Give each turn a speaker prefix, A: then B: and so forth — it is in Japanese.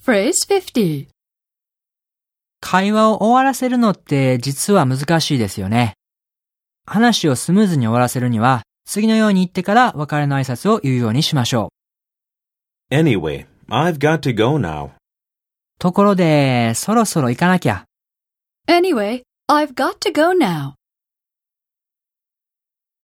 A: Phrase 50.
B: 会話を終わらせるのって実は難しいですよね。話をスムーズに終わらせるには、次のように言ってから別れの挨拶を言うようにしましょう。
C: Anyway, I've got to go now.
B: ところで、そろそろ行かなきゃ。
A: Anyway, I've got to go now.